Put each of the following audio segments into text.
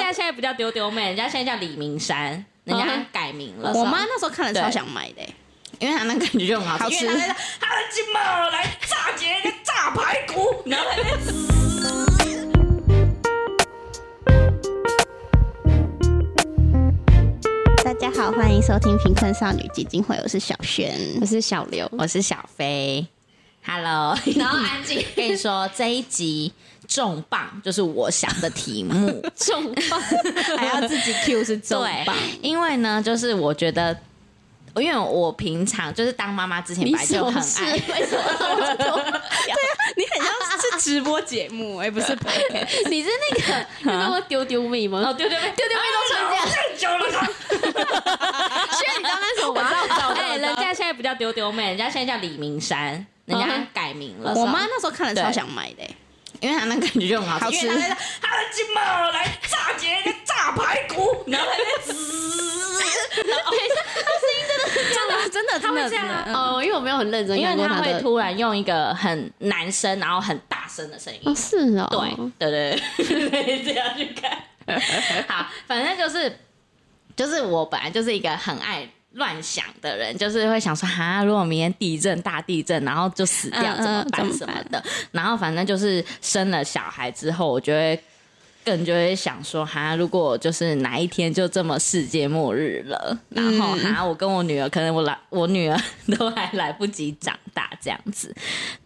家现在不叫丢丢妹，人家现在叫李明山，人家改名了。我妈那时候看了超想买的、因为他那感觉就很好好吃因为他在说他的金毛来炸姐那炸排骨，然后他在吃。大家好，欢迎收听贫困少女基金会，我是小璇。我是小刘， 我是小飞，Hello，然 后安静跟你说这一集重磅就是我想的题 目，重磅， 还要自己 Q 是重磅。对，因为呢，就是我觉得，因为我平常就是当妈妈之前，本来就很是爱，为什么都 啊你很像是直播节目，哎，不 是你是那个那个丢丢妹 吗？哦，丢丢丢丢妹都穿这样，太久了啦。所以你知道那时候我知道哎，人家现在不叫丢丢妹，人家现在叫李明山，人家嗯改名了。我妈那时候看了超对想买的、欸，因为他那感觉就很好好吃，吃因为他在说他的金毛来炸姐那个炸排骨，然后他在吃，然后真的真的真会的这样啊真的哦，因为我没有很认真因看为过他会的。突然用一个很男生，然后很大声的声音，哦，是哦，对对对对，这样去看。好，反正就是就是我本来就是一个很爱乱想的人，就是会想说哈，如果明天地震大地震，然后就死掉嗯嗯怎么怎办么什么的。然后反正就是生了小孩之后，我就会。更就会想说，哈，如果就是哪一天就这么世界末日了，然后哈，我跟我女儿，可能我来，我女儿都还来不及长大这样子，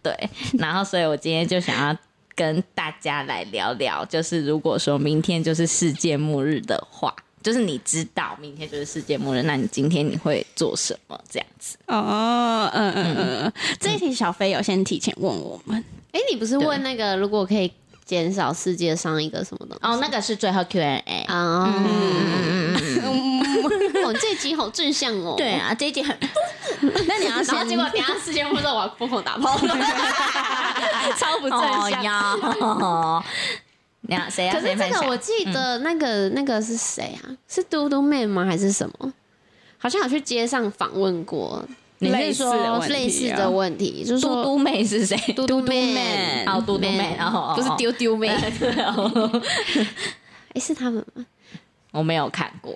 对，然后所以我今天就想要跟大家来聊聊，就是如果说明天就是世界末日的话，就是你知道明天就是世界末日，那你今天你会做什么？这样子，哦，嗯嗯嗯，嗯这一题小飞有先提前问我们，哎，你不是问那个如果可以减少世界上一个什么东西？哦，那个是最后 Q&A。啊，嗯哦，这集好正向哦。 对，啊，这一集很那你要然后先结果等一下世界末日，我要疯狂打炮。超不正哦向向。你要哦谁要可谁是这分个享？我记嗯得那个那个是谁啊？是嘟嘟妹吗？还是什么？好像有去街上访问过你类是似说的问题啊类似的问题，就是嘟说嘟妹是谁？嘟嘟妹哦，嘟嘟妹，然后不是丢丢妹，丢，哎，是他们吗？ 我没有看过。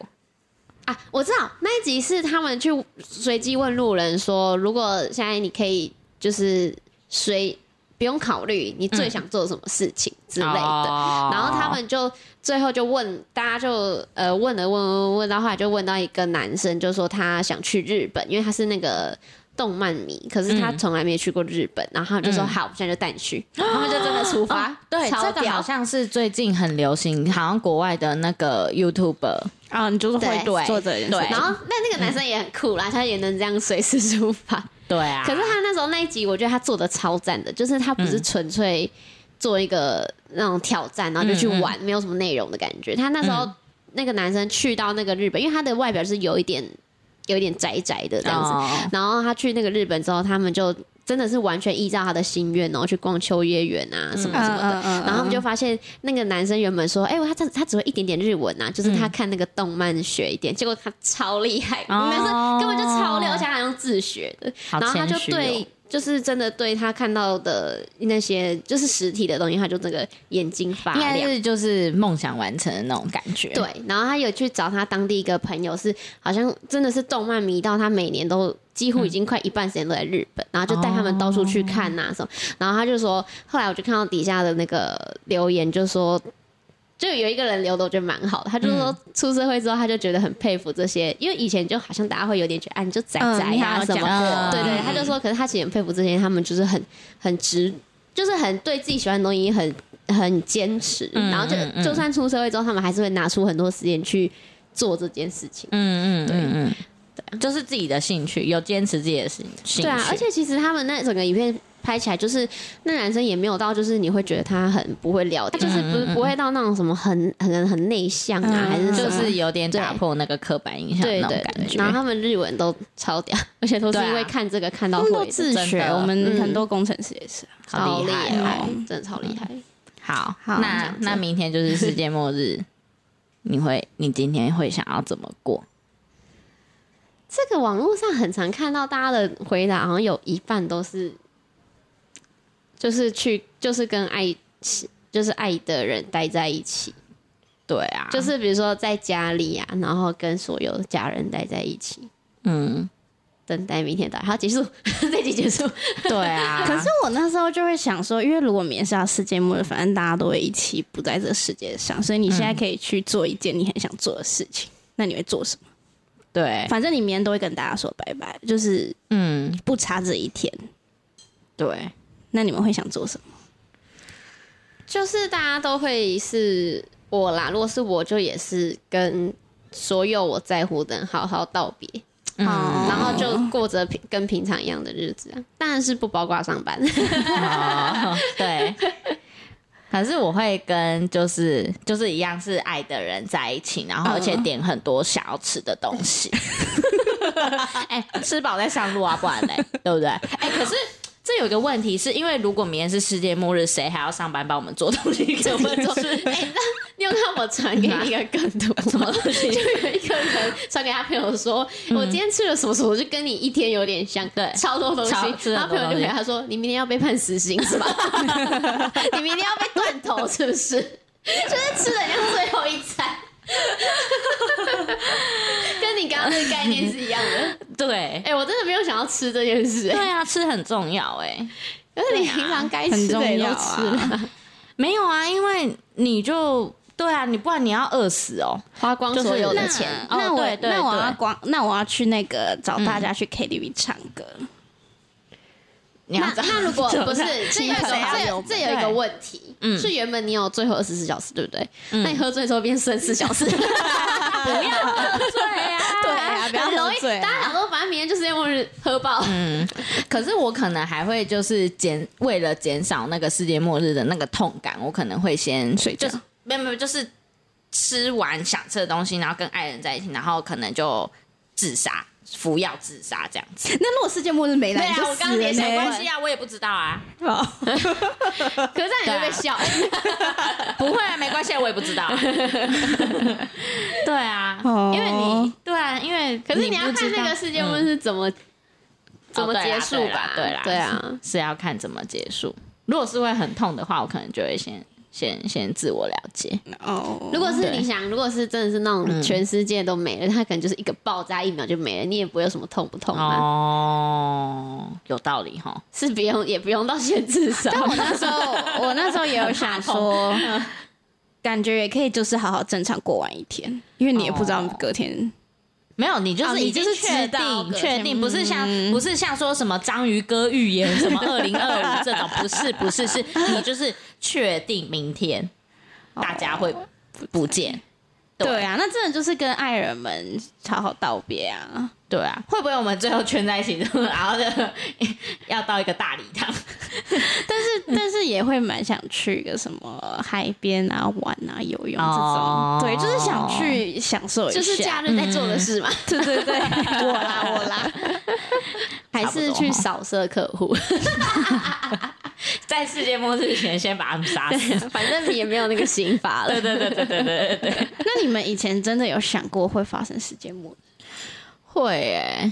啊，我知道那一集是他们去随机问路人说，如果现在你可以就是随不用考虑你最想做什么事情之类的，哦然后他们就最后就问大家就呃问了问问问到后来就问到一个男生，就说他想去日本，因为他是那个。动漫迷，可是他从来没去过日本，然后他们就说、好，我现在就带你去，他嗯哦们就真的出 发，对，超这个屌好像是最近很流行，好像国外的那个 YouTuber， 啊，你就是会对做这件事对，然后那那个男生也很酷啦，他也能这样随时出发，对啊可是他那时候那一集，我觉得他做的超赞的，就是他不嗯是纯粹做一个那种挑战，然后就去玩，嗯没有什么内容的感觉。他那时候、那个男生去到那个日本，因为他的外表是有一点有一点宅宅的这样子，哦然后他去那个日本之后，他们就真的是完全依照他的心愿，然后去逛秋叶原啊什么什么的。嗯嗯嗯嗯然后他们就发现那个男生原本说：“哎、我他只他只会一点点日文啊，就是他看那个动漫学一点。”结果他超厉害，哦男生根本就超厉害，而且他好像自学的。好然后他就谦虚哦对。就是真的对他看到的那些就是实体的东西，他就这个眼睛发应亮，该是就是梦想完成的那种感觉。对，然后他有去找他当地一个朋友是，好像真的是动漫迷到他每年都几嗯乎已经快一半时间都在日本，然后就带他们到处哦去看呐、什么。然后他就说，后来我就看到底下的那个留言，就说。就有一个人留的，我觉得蛮好的。他就嗯说，出社会之后，他就觉得很佩服这些，因为以前就好像大家会有点觉得，啊，你就宅嗯宅你好呀像什么讲过对对，嗯他就说，可是他其实很佩服这些，他们就是很很直，就是很对自己喜欢的东西很很坚持，嗯然后就嗯嗯就算出社会之后，他们还是会拿出很多时间去做这件事情。嗯，嗯嗯嗯对，就是自己的兴趣，有坚持自己的兴兴趣。对啊，而且其实他们那整个影片拍起来，就是那男生也没有到，就是你会觉得他很不会聊嗯天，他就是不不会到那种什么很很很内向啊，嗯还是什就么是有点打对破那个刻板印象对那种对感对。觉。然后他们日文都超屌， 而且都是对啊因为看这个看到他们都会的，自真学，的我们嗯很多工程师也是啊。超好厉害害哦！，真的超厉害。好，好这那样子那明天就是世界末日，你会你今天会想要怎么过？这个网络上很常看到大家的回答，好像有一半都是，就是去，就是跟爱，就是爱的人待在一起。对啊，就是比如说在家里啊，然后跟所有的家人待在一起，嗯，等待明天到来。好，结束， 这集结束。对啊。可是我那时候就会想说，因为如果明天是要世界末日，反正大家都会一起不在这个世界上，所以你现嗯在可以去做一件你很想做的事情。那你会做什么？对，反正你明天都会跟大家说拜拜，就是嗯，不差这一天。对，那你们会想做什么？就是大家都会是我啦，如果是我就也是跟所有我在乎的人好好道别，嗯哦然后就过着平跟平常一样的日子啊，当然是不包括上班。哦，对。可是我会跟就是就是一样是爱的人在一起，然后而且点很多想要吃的东 西。哎、吃饱再上路啊，不然嘞，对不对？哎、可是这有一个问题，是因为如果明天是世界末日，谁还要上班帮我们做东西给我们 做？哎你有看我传给你一个梗图吗？什么东西？就有一个人传给他朋友说：“哎我今天吃了什么什么，我就跟你一天有点像，对超多东西。超”吃了然后朋友就很多东西给他说：“你明天要被判死刑是吧？你明天要被断头是不是？就是吃的像最后一餐。” 跟你刚刚那个概念是一样的。对哎、，我真的没有想要吃这件事、对哎，啊，吃很重要哎、可是你平常该吃很的重也都要吃啊了，没有啊，因为你就对啊，你不然你要饿死哦。花光就是所有的那钱。哦那我对对那我要对嗯光，那我要去那个找大家去 KTV 唱歌。你要那那如果不是，这有一个亲朋好这友有这有一个问题，嗯是原本你有最后二十四小时，对不对？那你喝醉之后变剩四小时， 对啊，对 啊，不要很容喝易。醉大啊。家想说，反正明天就是末日，喝爆。可是我可能还会就是减，为了减少那个世界末日的那个痛感，我可能会先睡觉就是没有没有，就是吃完想吃的东西，然后跟爱人在一起，然后可能就自杀，服药自杀这样子。那如果世界末日没对来，啊你就，我死刚刚了联想呢关系啊，我也不知道啊，哦可是这样你会被笑。不会啊，没关系啊，我也不知 道、啊。对啊，哦因为你对啊，因为 可是你要不知看那道个世界末日怎么怎么结束吧哦？对啦，对啊啊，，是要看怎么结束。如果是会很痛的话，我可能就会先先先自我了解。哦，如果是对你想，如果是真的是那种全世界都没了，它可能就是一个爆炸，一秒就没了，你也不会有什么痛不痛啊，哦，有道理哈。是不用也不用到先自杀。但我那时候，我那时候也有想说，感觉也可以，就是好好正常过完一天，因为你也不知道哦隔天。没有，你就哦是你已经就是确知道定隔确天定，不是像不是像说什么章鱼哥预言什么二零二五这种，不是不是，是你就是确定明天大家会不见。对啊，那真的就是跟爱人们好好道别啊。对啊，会不会我们最后圈在一起，然后就 要到一个大礼堂？但 是，但是也会蛮想去一个什么海边啊、玩啊、游泳这种。哦对，就是想去享受一下。嗯就是假日在做的事嘛，对对 对，我啦我啦，还是去扫射客户？在世界末日前先把他们杀死。 反正你也没有那个刑罚了。对对对对对对对，那你们以前真的有想过会发生世界末日？会诶、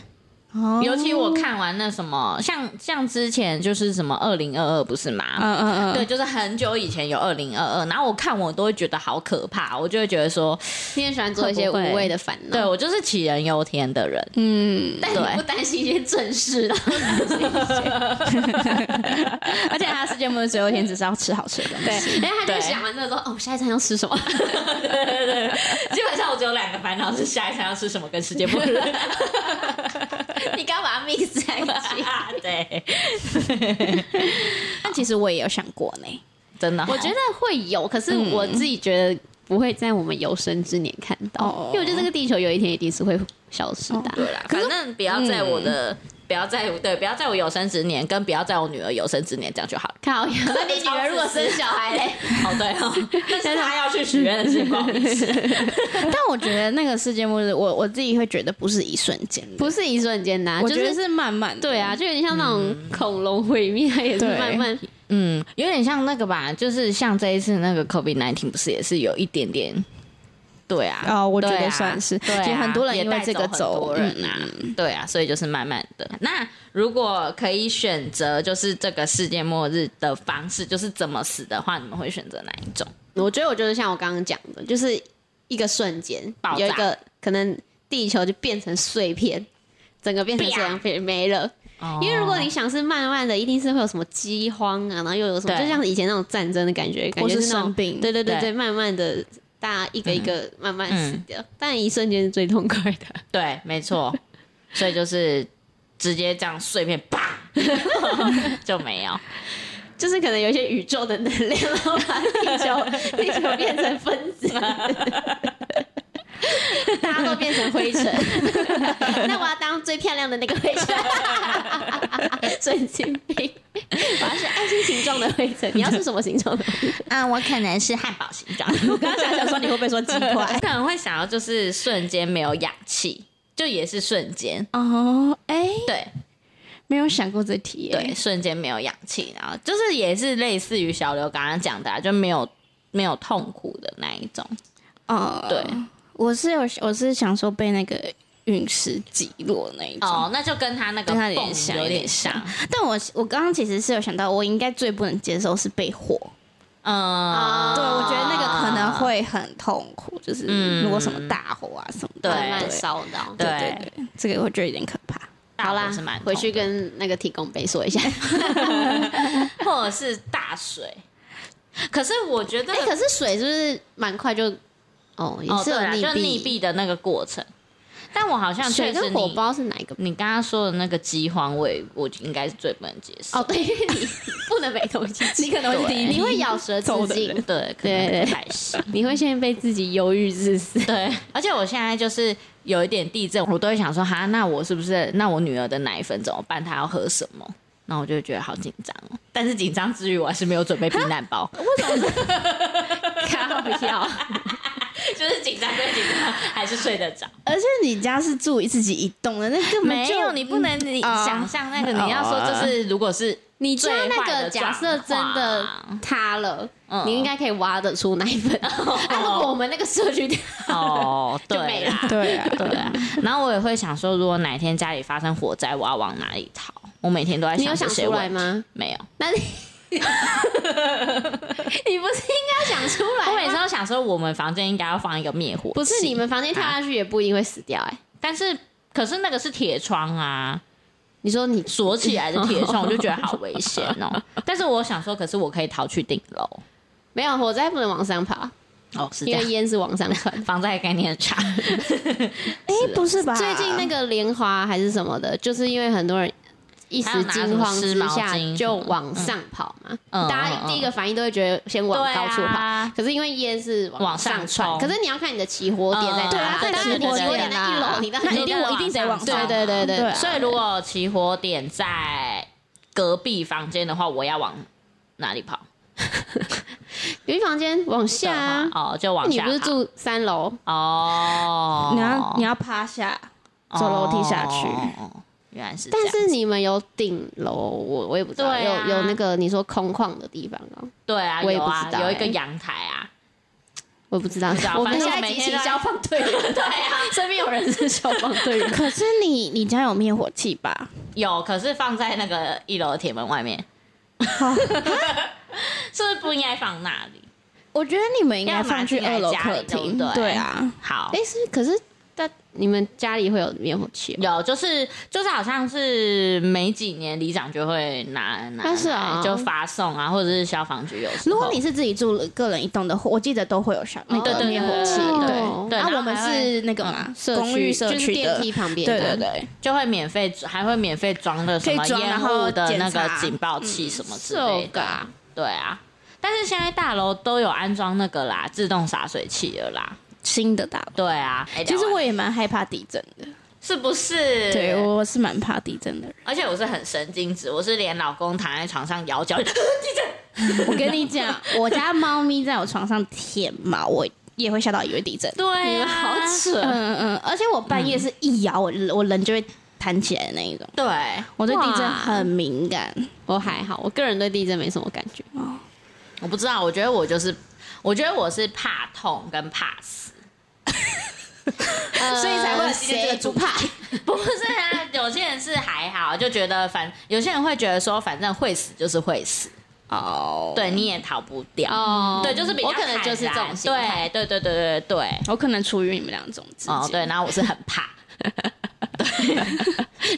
哦尤其我看完那什么，像像之前就是什么二零二二不是吗？嗯嗯嗯，对，就是很久以前有二零二二，然后我看我都会觉得好可怕，我就会觉得说，你也喜欢做一些无谓的烦恼，对我就是杞人忧天的人，嗯，但你不担心一些正事啦。而且他世界末日最后一天只是要吃好吃的东西。然后他对就想完之后说：“哦，我下一餐要吃 什么基本上我只有两个烦恼是下一餐要吃什么跟世界末日，？”你刚把它 mix 在一起，对，但其实我也有想过呢。真的，我觉得会有，可是我自己觉得不会在我们有生之年看到哦，因为我觉得这个地球有一天一定是会消失的啊。对啦，反正不要在我的，不要在对，不要在我有生之年，跟不要在我女儿有生之年这样就好了。靠呀，那你女儿 如果生小孩嘞？哦，对 哦，但是他要去许愿的事，不好意思。但我觉得那个世界末日，我我自己会觉得不是一瞬间的，不是一瞬间的啊，我就觉得是是慢慢的。对啊，，就有点像那种恐龙毁灭，它也是对慢慢 嗯，有点像那个吧，就是像这一次那个 COVID nineteen 不是也是有一点点，对啊，哦，我觉对得啊算是，对啊、也很多人也因为带这个走走很多嗯人啊，对啊，所以就是慢慢的。那如果可以选择，就是这个世界末日的方式，就是怎么死的话，你们会选择哪一种？我觉得我就是像我刚刚讲的，就是一个瞬间爆炸有一个可能地球就变成碎片，整个变成碎片没了。哦因为如哦果你想是慢慢的，一定是会有什么饥荒啊，然后又有什么，对就像以前那种战争的感觉，感或觉是那种生病嗯对对对对对，慢慢的，大家一个一个慢慢死掉，但一瞬间是最痛快的。对，没 错，所以就是直接这样碎片啪 就没有。就是可能有一些宇宙的能量，然后把地球地球变成分子，大家都变成灰尘。 那我要当最漂亮的那个灰尘，神经病！我要是爱心形状的灰尘，你要是什么形状的？嗯，我可能是汉堡形 状。我刚刚想想说你会不会说鸡我块？可能会想要就是瞬间没有氧气，就也是瞬间， 哦，哎、对没有想过这题耶、对，瞬间没有氧气，然后就是也是类似于小刘刚刚讲的、啊，就没有没有痛苦的那一种。哦，对，我是有，我是想说被那个陨石击落那一种。哦，那就跟他那个跟他有蹦点像有有点点像像。但我我刚刚其实是有想到，我应该最不能接受是被火。嗯，对，我哦觉得那个可能会很痛苦，就是嗯如果什么大火啊什么的，对慢慢对烧到。对对对，这个我觉得有点可怕。大好啦火是蛮，痛回去的跟那个提供杯说 一下。或者是大水。可是我觉得哎，可是水是不是蛮快就？哦，也哦，是对有啦，就溺毙毙。的那个过程。但我好像水确实跟火你包是哪一个你刚刚说的那个饥荒味，我应该是最不能接受。哦，对，因为你不能没东西吃， 你可能会第一你会咬舌 走自的尽人，对，可能对会排斥。你会先被自己忧郁致死。对，而且我现在就是有一点地震，我都会想说，哈，那我是不是那我女儿的奶粉怎么办？她要喝什么？那我就觉得好紧张哦。但是紧张之余，我还是没有准备避难包，靠药， 就是紧张归紧张，还是睡得着。而且你家是住自己一栋的，那根本没就有，你不能你哦想象那个，你要说就是如果是你知道 最那坏个的假设真的塌了嗯，你应该可以挖得出奶 粉。那啊如果我们那个社区，哦，就对没啦，对啊，对啊。然后我也会想说，如果哪天家里发生火灾，我要往哪里逃？我每天都在你有这想些出来问题。吗？没有，那你 你不是应该想出我每来次吗？都想说，我们房间应该要放一个灭火器。哎不是你们房间跳下去也不一定会死掉哎。但是可是那个是铁窗啊，你说你锁起来的铁窗，我就觉得好危险 哦。但是我想说，可是我可以逃去顶楼。没有火灾不能往上爬，哦，是这因为样，烟是往上 传。防灾概念 差。哎，不是吧？最近那个莲花还是什么的，就是因为很多人一时惊慌还之有拿下什么湿毛巾就往上跑嘛，嗯大嗯家嗯第一个反应都会觉得先往高处对跑。啊可是因为烟是往上上窜，冲可是你要看你的起火点在哪。嗯对啊对当然你起火起火点点在啊一楼，你当然那一定就我一定得往上对对对对对啊所以如果起火点在隔壁房间的话，我要往哪里跑？有一房间往下啊的，话哦，就往你下跑。不是住三楼？哦，你要你要趴下，走楼梯下去哦哦哦原来是这但样。是你们有顶楼，我我也不知道，对啊有有那个你说空旷的地方哦，对啊，我也有啊不知道有一欸个阳台啊， 我也不知道知道。我们啊反正现我在每集天齐都在消防队员，对啊，身边有人是消防 队员。可是你你家有灭火器吧？有，可是放在那个一楼的铁门外面，哦 是不是不应该放那里？我觉得你们应要该拿放去进来二楼家里客对不厅，对对啊，好哎、，是可是但你们家里会有灭火器吗？有，就是就是，好像是每几年里长就会拿拿来，但是啊就发送啊，或者是消防局有时候。如果你是自己住个人一栋的话，我记得都会有小那对个对灭火器。对对，对啊，然后我们还会是那个嘛，社区公寓社就是区电的，对梯旁边，对。对，就会免费，还会免费装的什么可以装烟然后雾的检那个查嗯警报器什么之类这的个。啊对啊，但是现在大楼都有安装那个啦，自动洒水器了啦。新的大楼。对啊，哎其实聊完我也蛮害怕地震的，是不是？对，我是蛮怕地震的人。而且我是很神经质，我是连老公躺在床上 摇脚，地震。我跟你讲，我家猫咪在我床上舔毛，我也会吓到以为地震。对、啊，你们好扯！嗯嗯，而且我半夜是一摇，我人我人就会弹起来的那一种。对，啊我对地震哇很敏感，我还好，我个人对地震没什么感觉。我不知道，我觉得我就是，我觉得我是怕痛跟怕死，所所以才会有今天这谁个不主怕？ 不是啊？有些人是还好，就觉得反，有些人会觉得说，反正会死就是会死，哦，对，你也逃不掉。哦，对，就是比较我可能就是这种心态，对对对对对对。我可能处于你们两种之间。哦，对，然后我是很怕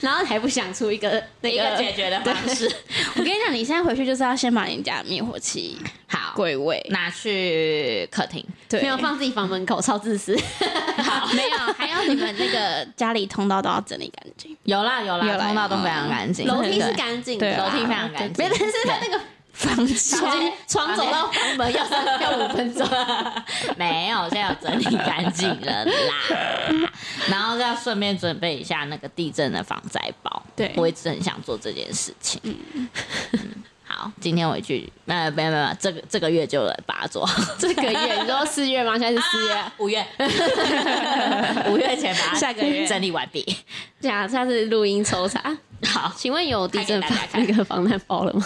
然后还不想出一个那一个解个，决的方式，我跟你讲，你现在回去就是要先把你家的灭火器好，归位，拿去客厅。对，没有放自己房门口，超 自私。 没有，还要你们那个家里通道都要整理干净。有啦有有啦，啦通道都非常干净，楼梯是对干净对的，啊楼梯非常干净，没，但是他那个房间房间床床走到房门要三 要五分钟，没有，现在有整理干净了啦。然后要顺便准备一下那个地震的防灾包。对我一直很想做这件事情。嗯好，今天回去，呃，没有没有没有，这个这个月就来把它做好。这个月你说四月吗？现在是四月，啊五 月，五月前把它下个月整理完毕。对啊，下次录音抽查。好，请问有地震拍防给大家看那个防弹包了吗？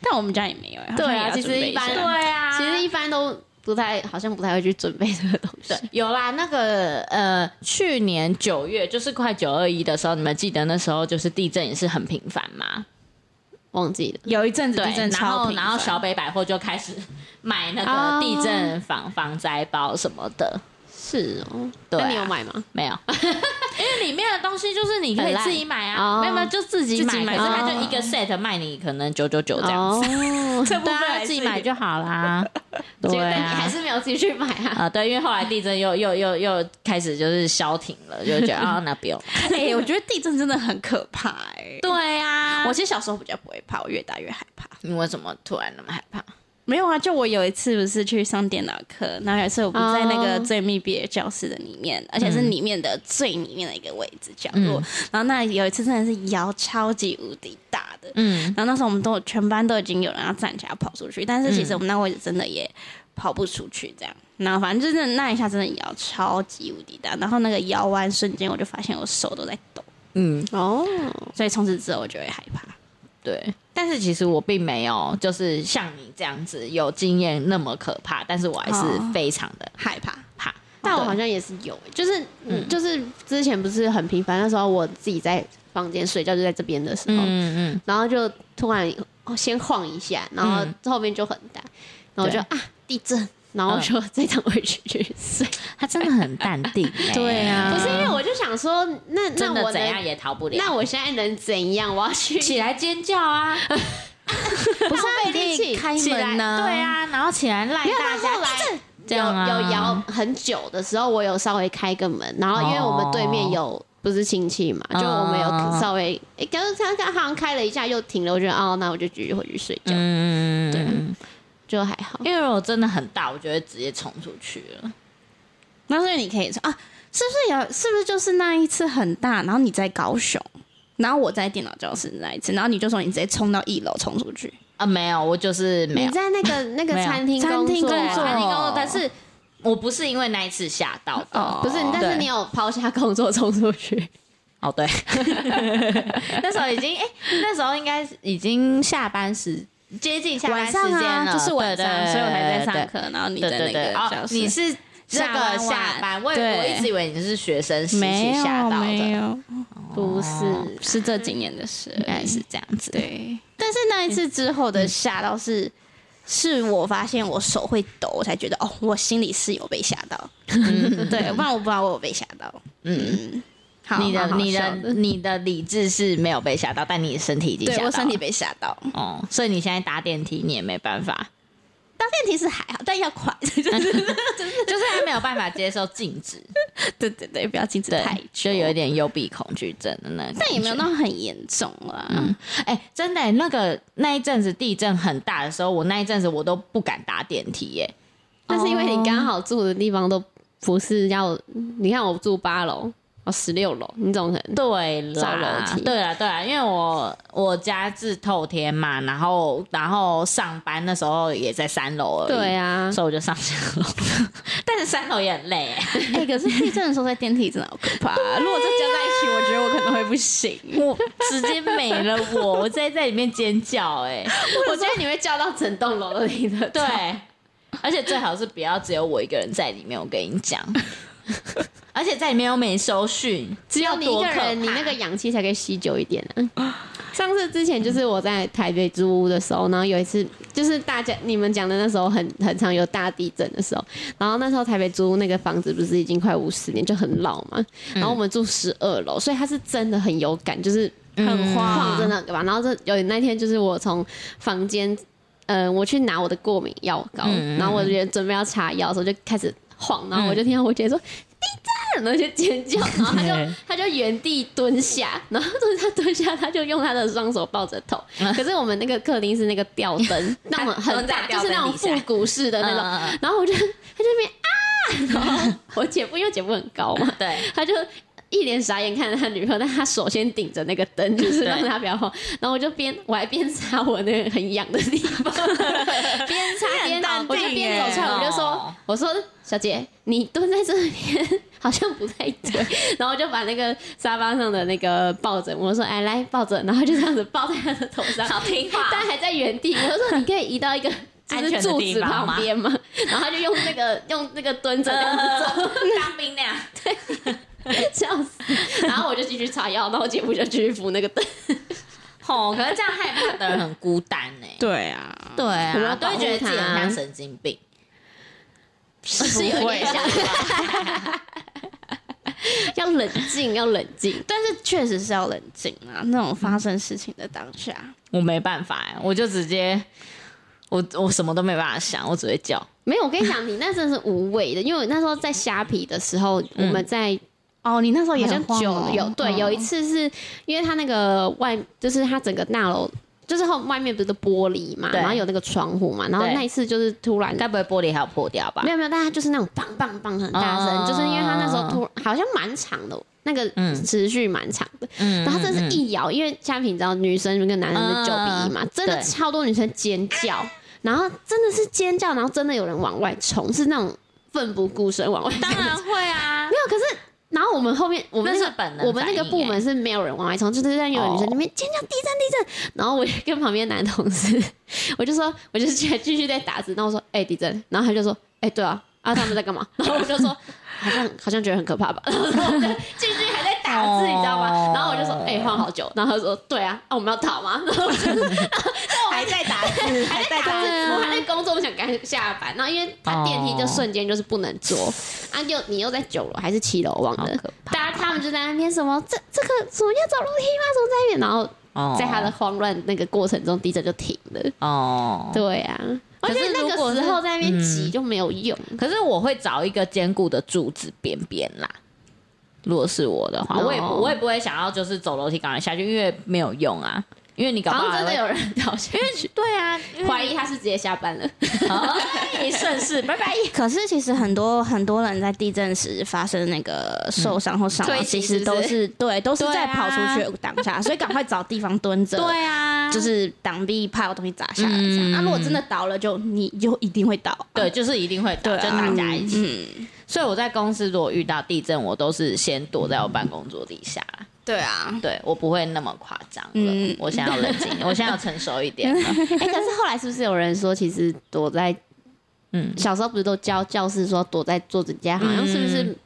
但我们家也没有呀。好对啊像也要其实准备一下般啊其实一般都不太，好像不太会去准备这个东西。有啦，那个呃，去年九月就是快九二一的时候，你们记得那时候就是地震也是很频繁吗？忘记了，有一阵子对哦地震，然超后频繁然后小北百货就开始买那个地震防、防灾包什么的，是哦。对啊那你有买吗？没 有，因为里面的东西就是你可以自己买很啊，烂没有没有就自己买，自己买可是它哦就一个 set 卖你可能九九九这样子，哦，这部对 分啊，还自己是买就好啦。 结对果 你还啊。是没有继续买啊？啊、对，因为后来地震又又又又开始就是消停了，就觉得 啊、那不用。哎，我觉得地震真的很可怕哎。对啊呀、我我其实小时候比较不会怕，我越大越害怕。你为什么突然那么害怕？没有啊，就我有一次不是去上电脑课，然后有一次我不是在那个最密闭的教室的里面，而且是里面的最里面的一个位置角落。然后那有一次真的是摇超级无敌大的，嗯，然后那时候我们都有全班都已经有人要站起来跑出去，但是其实我们那位置真的也跑不出去，这样。然后反正就是那一下真的摇超级无敌大，然后那个摇完瞬间我就发现我手都在抖，嗯，哦，所以从此之后我就会害怕。对。但是其实我并没有就是像你这样子有经验那么可怕，但是我还是哦非常的害怕，怕。但我对好像也是有，就是嗯就是之前不是很频繁，那时候我自己在房间睡觉，就在这边的时候，嗯嗯，然后就突然先晃一下，然后后面就很大，然后我就啊地震，然后就再躺回去去睡。 他真的很淡 定、欸。对啊不是因为我就想说，那那真我的怎样能，也逃不了。那我现在能怎样？我要去，起来尖叫 啊！不那是啊我一定起起来对，啊，然后起来赖没有大到家。后来。这样啊有有摇很久的时候，我有稍微开个门，然后因为我们对面有不是亲戚嘛，哦就我们有稍微，诶刚刚刚好像开了一下又停了，我觉得哦，那我就继续回去睡觉，嗯，对，就还好。因为如果真的很大，我就会直接冲出去了。那所以你可以说啊，是不是有？是不是就是那一次很大，然后你在高雄，然后我在电脑教室那一次，然后你就说你直接冲到一楼冲出去，啊，没有，我就是没你有。在那个那个没有餐厅餐厅工作工啊，作餐厅工作，但是我不是因为那一次吓到的。哦不是，但对是你有抛下工作冲出去，哦，对， 那时候已经哎、那时候应该已经下班时接近下班晚时上间了、啊，就是晚上，对对所以我才对在上课，然后你对在对那对，个哦教，室，你是这下个班下晚班，我以对我一直以为你是学生时期没有吓到没的，有，哦不是，是这几年的事而已，原来是这样子。对。但是那一次之后的吓到是。是我发现我手会抖，我才觉得哦，我心里是有被吓到，嗯 对，不然我不知道我有被吓到。嗯，好，你的蛮好你笑的你的理智是没有被吓到，但你的身体已经吓对到我了，身体被吓到。哦，所以你现在搭电梯你也没办 法，搭电梯是还好，但要快， 就是还没有办法接受静止，对对对，不要禁止对太，久，就有一点幽闭恐惧症的那种感觉，但也没有到很严重啦。哎、真的、那个那一阵子地震很大的时候，我那一阵子我都不敢搭电梯耶、 但是因为你刚好住的地方都不是要，你看我住八楼，我十六楼，你总可能对走啦，楼梯对啦，对啦，啊因为我我家是透天嘛，然后然后上班那时候也在三楼而已，对啊，所以我就上下楼， 但是三楼也很累、欸。哎、可是地震的时候在电梯真的好可怕、如果这加在一起，我觉得我可能会不行。 我直接没了我，我直接在里面尖叫哎、我觉得你会叫到整栋楼的你的。对，而且最好是不要只有我一个人在里面，我跟你讲，而且在里面又没收讯，只有你一多个可人，你怕那个氧气才可以吸久一点、啊。 上次之前就是我在台北租屋的时候，然后有一次就是大家你们讲的那时候很很常有大地震的时候，然后那时候台北租屋那个房子不是已经快五十年，就很老嘛，嗯然后我们住十二楼，所以它是真的很有感，就是很晃慌，嗯着那个吧。然后这有那天就是我从房间，呃，我去拿我的过敏药膏，嗯嗯嗯嗯然后我就准备要擦药的时候就开始晃，然后我就听到我姐说。地震，然后就 尖叫，然后她就对她就原地蹲下，然后蹲下蹲下，她就用她的双手抱着头。嗯可是我们那个客厅是那个吊 灯，那种很大，她蹲就在是那吊种灯复底下古式的那种。嗯嗯嗯然后我就她就那边啊，然后我姐夫因为姐夫很高嘛，嗯对， 他就一脸傻眼看着他女朋友，但他手先顶着那个灯，就是对让他不要晃。然后我就边我还边擦我那个很痒的地 方，边擦边很淡定我就边走出来，耶我就说哦我说小姐，你蹲在这边好像不太对。然后我就把那个沙发上的那个抱枕，我说哎来抱枕，然后就这样子抱在他的头上，好听 话但还在原地。我就说你可以移到一个。就安是全的柱地子方吗旁边嘛，然后他就用那个用那个蹲着这 样子当兵那样，笑死！然后我就继续擦药，然后我姐夫就继续扶那个灯。 吼，可是这样害怕的人很孤单呢。 对啊，对我们要啊，都保会护觉得自己他很像神经病，是有点啊像， 要冷静，要冷静。但是确实是要冷静啊，那种发生事情的当下，我没办法欸，我就直接，我我什么都没办法想，我只会叫。没有，我跟你讲，你那真的是无谓的，因为我那时候在虾皮的时候，我们在哦，你那时候好也像很慌九哦有对嗯有一次是因为它那个外就是它整个大楼。就是后外面不是都玻璃嘛，对然后有那个窗户嘛，然后对那一次就是突然该不会玻璃还要破掉吧嗯没？有没有，但他就是那种棒棒棒很大声，哦就是因为他那时候突好像蛮长的，那个嗯持续蛮长的。嗯然后他真的嗯啊是一咬，因为虾皮你知道女生跟男生是九比一嘛，真的对超多女生尖叫，然后真的是尖叫，然后真的有人往外冲，是那种奋不顾身往外冲。当然会啊没，有，可是。然后我们后面，我们那那个是本能反应欸哦我们那个部门是没有人往外冲，就是在有女生那边尖叫地震地震，然后我就跟旁边男同事，我就说，我就继续继续在打字，然后我说，哎、地震，然后他就说，哎、对啊，啊他们在干嘛？ 然后我就说，好像好像觉得很可怕吧，然 后我就继续还在打字，你知道吗？然后我就说，哦哎、晃好久，然后他说，对啊，啊我们要逃吗？然后我就哦 还在打字，还在打字字，我还在工作，我想赶紧下班，然后因为他电梯就瞬间就是不能坐，啊又你又在九楼还是七楼，我忘好了可，怕大家他们就在那边什么这这个什么要走楼梯吗？什么在那边，然后哦在他的慌乱那个过程中，地震就停了。哦。对啊，而可是且那如果个是时候在那边挤就没有用，可是我会找一个坚固的柱子边边啦。如果是我的话，哦我也不我也不会想要就是走楼梯赶快下去，因为没有用啊。因为你搞不好好像真的还会有人倒下去，对啊，怀疑他是直接下班了。你顺 势拜拜。可是其实很多很多人在地震时发生那个受伤或伤嗯推亡，挤其实是不都是是对，都是对在啊跑出去挡 下，所以赶快找地方蹲着。对啊，就是挡避，怕有东西砸下来。那、嗯啊、如果真的倒了就，你就一定会倒。对，就是一定会打，对啊嗯就大家一起。所以我在公司如果遇到地震，我都是先躲在我办公桌底下啦。对啊，对我不会那么夸张了，嗯我现在要冷静，我现在要成熟一点了。哎，可是后来是不是有人说，其实躲在嗯，小时候不是都教教室说躲在桌子底下，好像是不是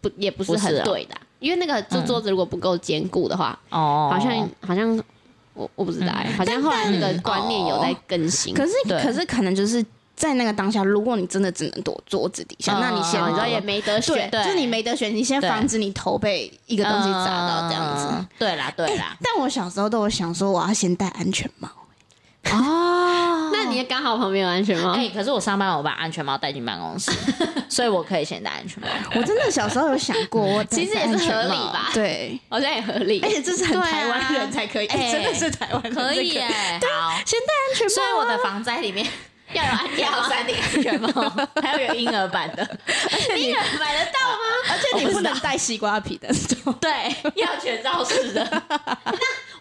不也不嗯是不很是啊对的啊、因为那个就嗯桌子如果不够坚固的话，哦，嗯好像好像我我不知道哎、好像后来那个观念有在哦更新。可是对可是可能就是在那个当下，如果你真的只能躲桌子底下，嗯那你先哦你知道嗯也没得对，选，对就是你没得选，你先对防止你头被一个东西砸到这样子。嗯对啦，对啦。但我小时候都有想说，我要先戴安全 帽。哦，那你也刚好旁边有安全帽，哎、可是我上班我把安全帽带进办 公室，所以我可以先戴安全帽。我真的小时候有想过，我戴其实也是安全合理帽吧对，好像也合理而。且这是很对啊台湾人才可以，哎哎真的是台湾人可以哎这个耶、好，先戴安全帽啊。虽然我的防灾里面要有安 全要有帽，三顶安全帽，还有有婴儿版 的，你买得到吗？而且你不能戴西瓜皮的那种。对， 要全罩式的。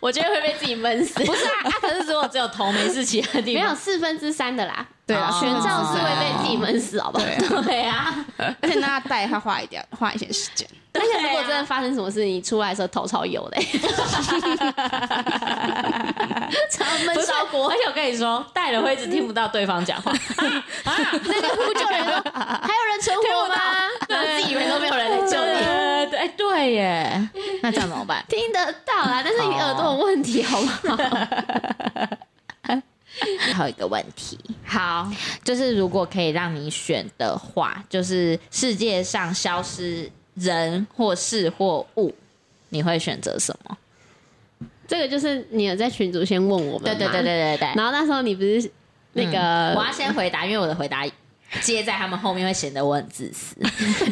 我觉得会被自己闷死。不是啊，啊可是如果只有头没事，其他地没方有四分之三的啦，对啊，哦全罩是是会被自己闷死，好不好？对啊，而且那戴它花一点花一些时间。而且如果 真对的啊发生什么事，你出来的时候头 超油的、超闷不是烧锅而。且我跟你说，戴了会一直听不到对方讲话啊 啊，那个呼救人说：“ 还有人存活吗？”然后自己以为都没有人来救对你。对对对耶，那这样怎么办？ 听得到啦，但是你耳朵有问题，好不好？哦还有一个问题， 好，就是如果可以让你选的话，就是世界上消失人或事或物，你会选择什么？这个就是你有在群主先问我们，对对呃对。嗯对对对。然后那时候你不是那个，我要先回答，因为我的回答接在他们后面会显得我很自 私，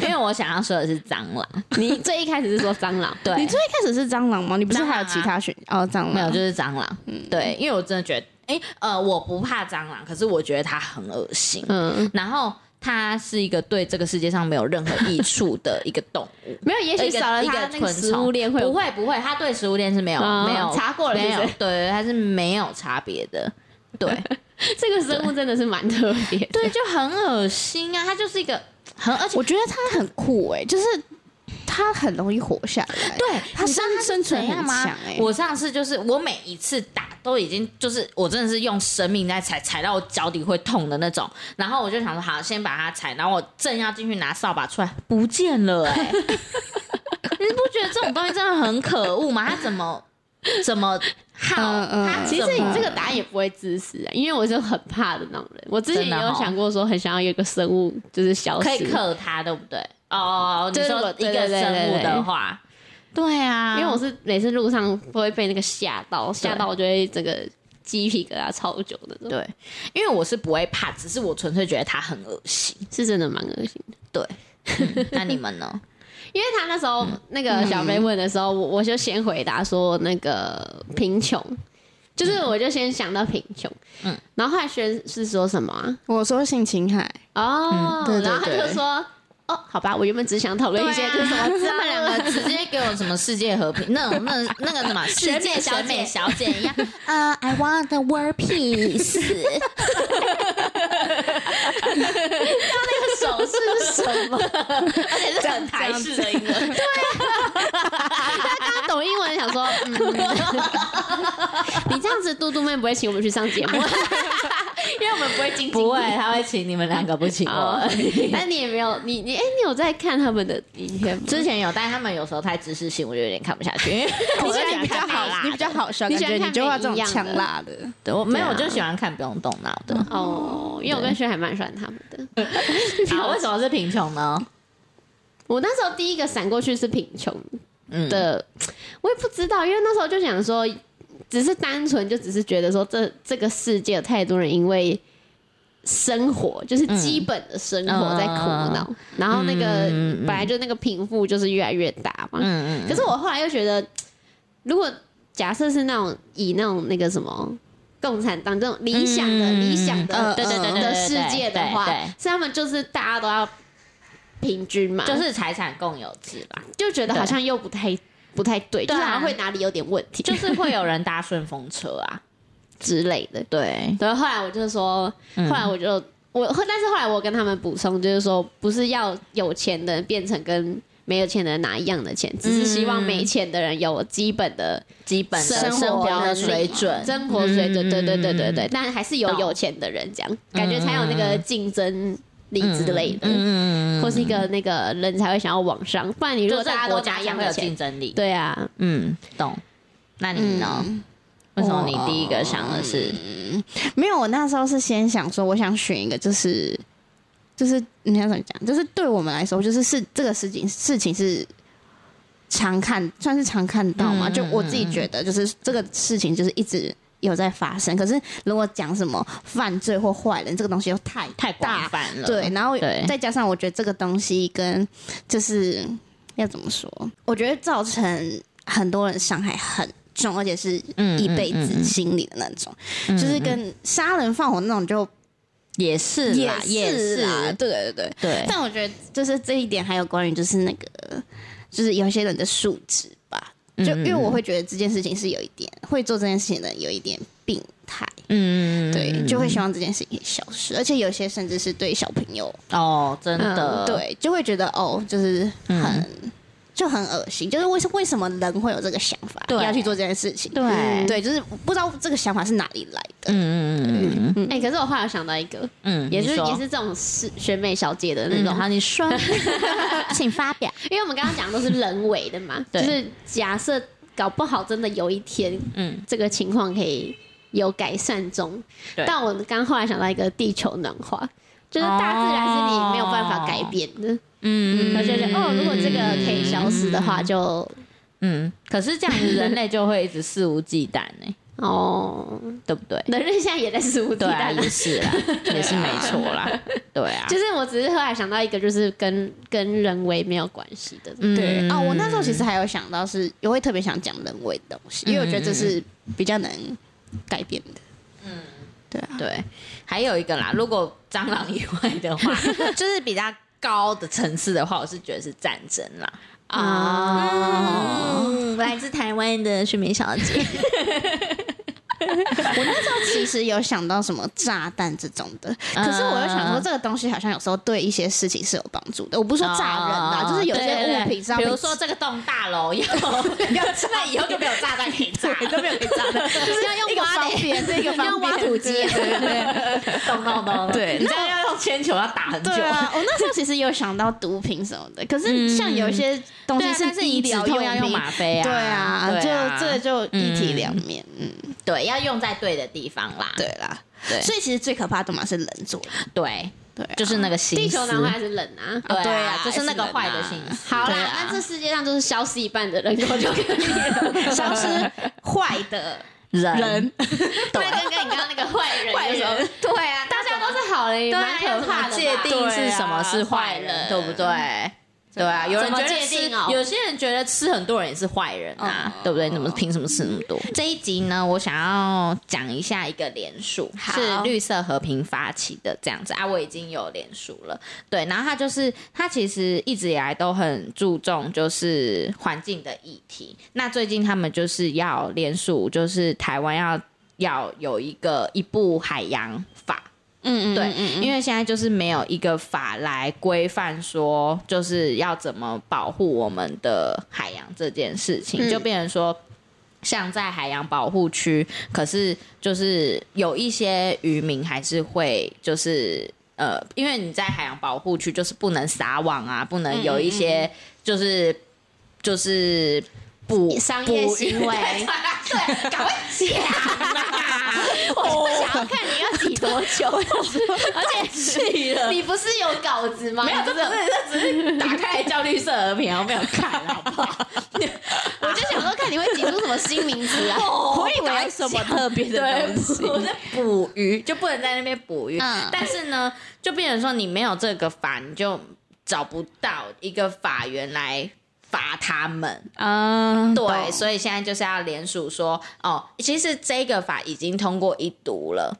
因为我想要说的是蟑螂，你最一开始是说蟑螂，对，你最一开始是蟑螂吗？你不是还有其他选哦？蟑螂没有就是蟑螂，对，因为我真的觉得，哎、呃，我不怕蟑螂，可是我觉得它很恶心，嗯，然后它是一个对这个世界上没有任何益处的一个 动物。没有，也许一个少了一它个那个昆食虫物链会有不会不会，它对食物链是没有、哦没有查过了是不没是有对，它是没有差别的，对 这个生物真的是蛮特别的。对，就很恶心啊！它就是一个很而且 我觉得它很酷哎、就是它很容易活下来，对，它你知生道它是生存怎很样吗强欸哎、我上次就是我每一次打都已经就是我真的是用生命在踩，踩到我脚底会痛的那种。然后我就想说好，先把它踩，然后我正要进去拿扫把出来，不见了哎、 你是不觉得这种东西真的很可恶吗？它怎么怎么耗？嗯嗯它其实怎么你这个答案也不会自私啊，因为我是很怕的那种人。我之前真的也有哦想过说，很想要有一个生物就是消失，可以克它，对不对？哦，你对说我一对个对对生对物对的话，对啊，因为我是每次路上都会被那个吓到，吓到我就会整个鸡皮疙瘩超久的那种，对，因为我是不会怕，只是我纯粹觉得它很恶 心。是真的蛮恶心的。对，嗯那你们呢？因为他那时候那个小飞问的时候，我我就先回答说那个贫穷，就是我就先想到贫穷，嗯嗯，然后后来轩是说什么啊？我说性侵害，哦，嗯对对然后他就对说。哦，好吧，我原本只想讨啊论一些就是 什么他们两个啊直接给我什么世界和平，那种那那个什 么世界选美小姐一 样，呃，I want the world peace，手势是什么？而且是很台式的英 文，大家懂英文，想说，嗯， 你这样子，嘟嘟妹不会请我们去上节目， 因为我们不会经济。不会，他会请你们两个，不请 哦我。， 但你也没有，你你哎、你有在看他们的影片吗？之前有，但他们有时候太知识性，我就有点看不下去，因 为你我喜就喜欢比欢较看美好，啦你比较好笑，你感喜欢觉看你就要这种美一样的呛辣的。对我没有，对啊我就喜欢看不用动脑 的。哦，因为我跟轩还蛮喜欢他们的。好，为什么是贫穷呢？我那时候第一个闪过去是贫穷嗯，的，我也不知道，因为那时候就想说，只是单纯就只是觉得说这，这个世界有太多人因为生活，就是基本的生活在苦恼，然后那个、嗯嗯嗯本来就那个贫富就是越来越大嘛。嗯嗯可是我后来又觉得，如果假设是那种以那种那个什么。共产党这种理想的、嗯理想的、嗯对对对对对的世界的话对对，是他们就是大家都要平均嘛，就是财产共有制吧，就觉得好像又不太不太对，就对啊是好像会哪里有点问题，就是会有人搭顺风车啊，之类的。对，然后后来我就说，后来我就、我后，但是后来我跟他们补充，就是说不是要有钱的人变成跟没有钱的人拿一样的钱，只是希望没钱的人有基本的基本的生生活活能的力水准，生活水准，嗯对对对对嗯对，但还是有懂有钱的人这样，感觉才有那个竞争力之类的，嗯或是一个那个人才会想要往上，不然你如就果大这家个都国拿家一才样会的有钱竞，争力。对啊，嗯，懂。那你呢？为什么你第一个想的是？没有，我那时候是先想说，我想选一个，就是就是你要怎么讲，就是对我们来说，就是是这个事情事情是常看，算是常看到嘛。嗯就我自己觉得，就是这个事情就是一直有在发生。可是如果讲什么犯罪或坏人这个东西又太太大广泛了，哦对，然后对再加上我觉得这个东西跟就是要怎么说，我觉得造成很多人伤害很重，而且是嗯一辈子心理的那种，就是跟杀人放火那种就也是啦，也是啦，对对对。对，但我觉得就是这一点，还有关于就是那个就是有些人的素质吧，嗯就因为我会觉得这件事情是有一点会做这件事情的人有一点病态，嗯，对，就会希望这件事情消失，而且有些甚至是对小朋友哦，真嗯的，嗯对，就会觉得哦，就是很、就很恶心，就是为什为什么人会有这个想法，对要去做这件事情？对对，就是不知道这个想法是哪里来的。嗯嗯嗯嗯哎、可是我后来有想到一个，嗯，也是你说也是这种是学妹小姐的那嗯，种，好，你 说，请发表。因为我们刚刚讲的都是人为的嘛，就对是假设搞不好真的有一天嗯，这个情况可以有改善中。对但我刚后来想到一个地球暖化，就是大自然是你没有办法改变的。哦嗯，我就觉得哦，如果这个可以消失的话就，嗯，可是这样子人类就会一直肆无忌惮呢，哦，对不对？人类现在也在肆无忌对啊，惮了也。是啦，也是没错啦，对啊，就是我只是后来想到一个，就是跟跟人为没有关系的，嗯对哦，我那时候其实还有想到是，我会特别想讲人为的东西，嗯因为我觉得这是比较能改变的。嗯啊对，还有一个啦，如果蟑螂以外的话，就是比较高的层次的话，我是觉得是战争啦。哦嗯，来自台湾的徐明小 姐，其实有想到什么炸弹这种 的，嗯可是我又想说，这个东西好像有时候对一些事情是有帮助的。我不是说炸人啦，哦就是有对对些对物品上，比如说这个栋大楼要 要炸，那以后就没有炸弹可以炸，就没有可以炸的，就是要用挖的，是 一个方要便挖土机，对对对 咚咚咚。对你这样要用铅球要打很久。对啊，我那时候其实有想到毒品什么的，可是像有一些东对西啊，但是医你止疗痛要用品吗啡啊，对啊，就对啊这个就一体两面，嗯，对要用在对的地方啦。对啦，对所以其实最可怕的嘛是人做的，对，对啊，就是那个心思地球暖化还是冷啊。对对啊啊，就是那个还是坏的人啊心思。好对啦，啊那这世界上就是消失一半的人口就可以了，消失坏的人人，对，啊啊跟跟你刚刚那个坏人坏有什么人， 对啊，大家都是好人，也对蛮啊，要可怎怕么的吧。界定是什么是坏人，对对啊不对？对啊，有人怎么觉得界吃定哦，有些人觉得吃很多人也是坏人啊，对不对？你怎么凭什么吃那么多？这一集呢，我想要讲一下一个联署，好是绿色和平发起的这样子啊，我已经有联署了。对，然后他就是他其实一直以来都很注重就是环境的议题。那最近他们就是要联署，就是台湾要要有一个一部海洋法。嗯嗯，对嗯嗯，因为现在就是没有一个法来规范说，就是要怎么保护我们的海洋这件事情，嗯就变成说。像在海洋保护区，可是就是有一些渔民还是会就是呃，因为你在海洋保护区就是不能撒网啊，不能有一些就是、就是捕商业捕鱼行为对，赶快讲啦！我哦想要看你要挤多久，而气了且 你不是有稿子吗？ 没有，这不是，这只是打开叫绿色和平，我没有看，好不好？我就想说看你会挤出什么新名词啊。 我以为有什么特别的东西，我在 捕鱼，就不能在那边捕鱼。嗯但是呢，就变成说你没有这个法，你就找不到一个法源来罚他们。嗯，对，懂所以现在就是要联署说，哦，其实这个法已经通过一读了。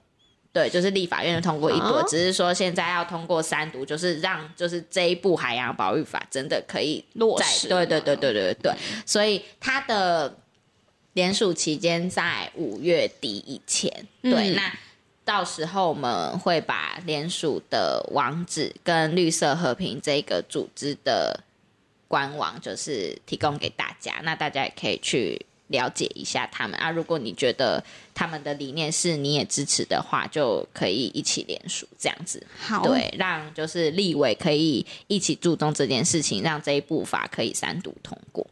对，就是立法院通过一读了，啊哦只是说现在要通过三读，就是让就是这一部海洋保育法真的可以落在实对对对对对对，所以它的联署期间在五月底以前。对，嗯那到时候我们会把联署的网址跟绿色和平这个组织的官网，就是提供给大家，那大家也可以去。了解一下他们啊，如果你觉得他们的理念是你也支持的话，就可以一起联署这样子。好，对，让就是立委可以一起注重这件事情，让这一部法可以三读通过。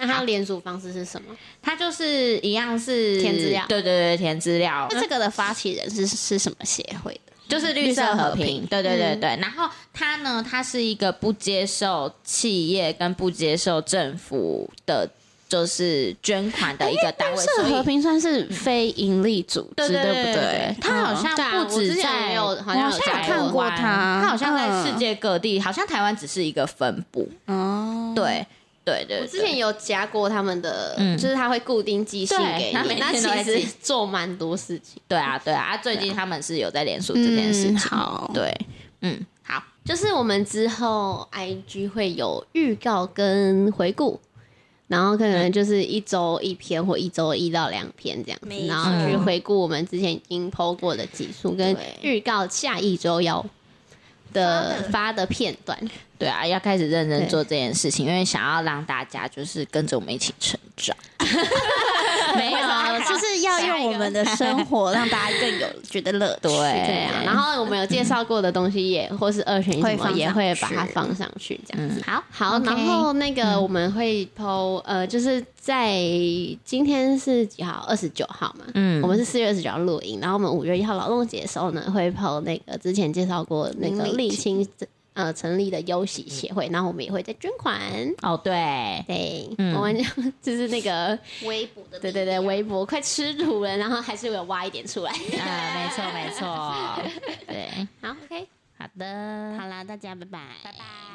那它的联署方式是什么？它就是一样是填资料对对对，填资料。那这个的发起人是是什么协会的？就是绿色和绿色和平，平嗯对对对对。然后它呢，它是一个不接受企业跟不接受政府的，就是捐款的一个单但位，是所哎和以平算是非盈利组对织，对对嗯不嗯对对他好对啊像不我止之前在，没有好像我有好像台湾有看过他，它好像在世嗯界各地，好像台湾只是一个分部。哦，对对对，我之对前有加过他们的，嗯就是他会固定寄信对给他每你，那天都在其实寄做蛮多事情。对啊，对啊，啊最近他们是有在联署这件事情。嗯好对，嗯，好，就是我们之后 IG 会有预告跟回顾，然后可能就是一周一篇或一周一到两篇这样没子，错然后去回顾我们之前已经剖过的集数，跟对预告下一周要的发的片段。对啊，要开始认真对做这件事情，因为想要让大家就是跟着我们一起成 长。没有啊，就是要用我们的生活让大家更有觉得乐趣。对对啊，然后我们有介绍过的东西也，或是二选一什会放么，上也会把它去嗯放上去，这样子。好好， OK 然后那个嗯我们会抛，呃，就是在今天是几号？二十九号嘛。嗯我们是四月二十九号录音，然后我们五月一号劳动节的时候呢，会抛那个之前介绍过那个明理沥青呃成立的优喜协会，然后我们也会再捐款。哦，对，对，嗯我们就是那个，微博的对对对，微博快吃土了，然后还是有挖一点出来。 啊，没 错没错，对，好，OK，好的，好啦，大家拜拜，拜拜。